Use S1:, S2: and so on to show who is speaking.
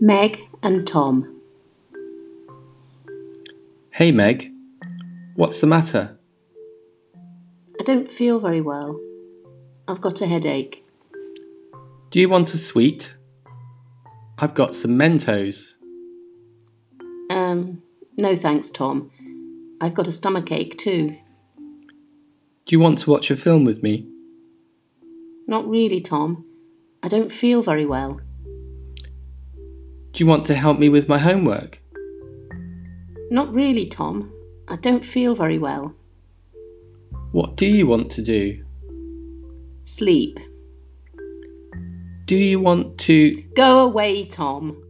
S1: Meg and Tom.
S2: Hey Meg, what's the matter?
S1: I don't feel very well. I've got a headache.
S2: Do you want a sweet? I've got some Mentos.
S1: Um, no thanks, Tom. I've got a stomach ache too.
S2: Do you want to watch a film with me?
S1: Not really, Tom. I don't feel very well.
S2: Do you want to help me with my homework?
S1: Not really, Tom. I don't feel very well.
S2: What do you want to do?
S1: Sleep.
S2: Do you want to.
S1: Go away, Tom.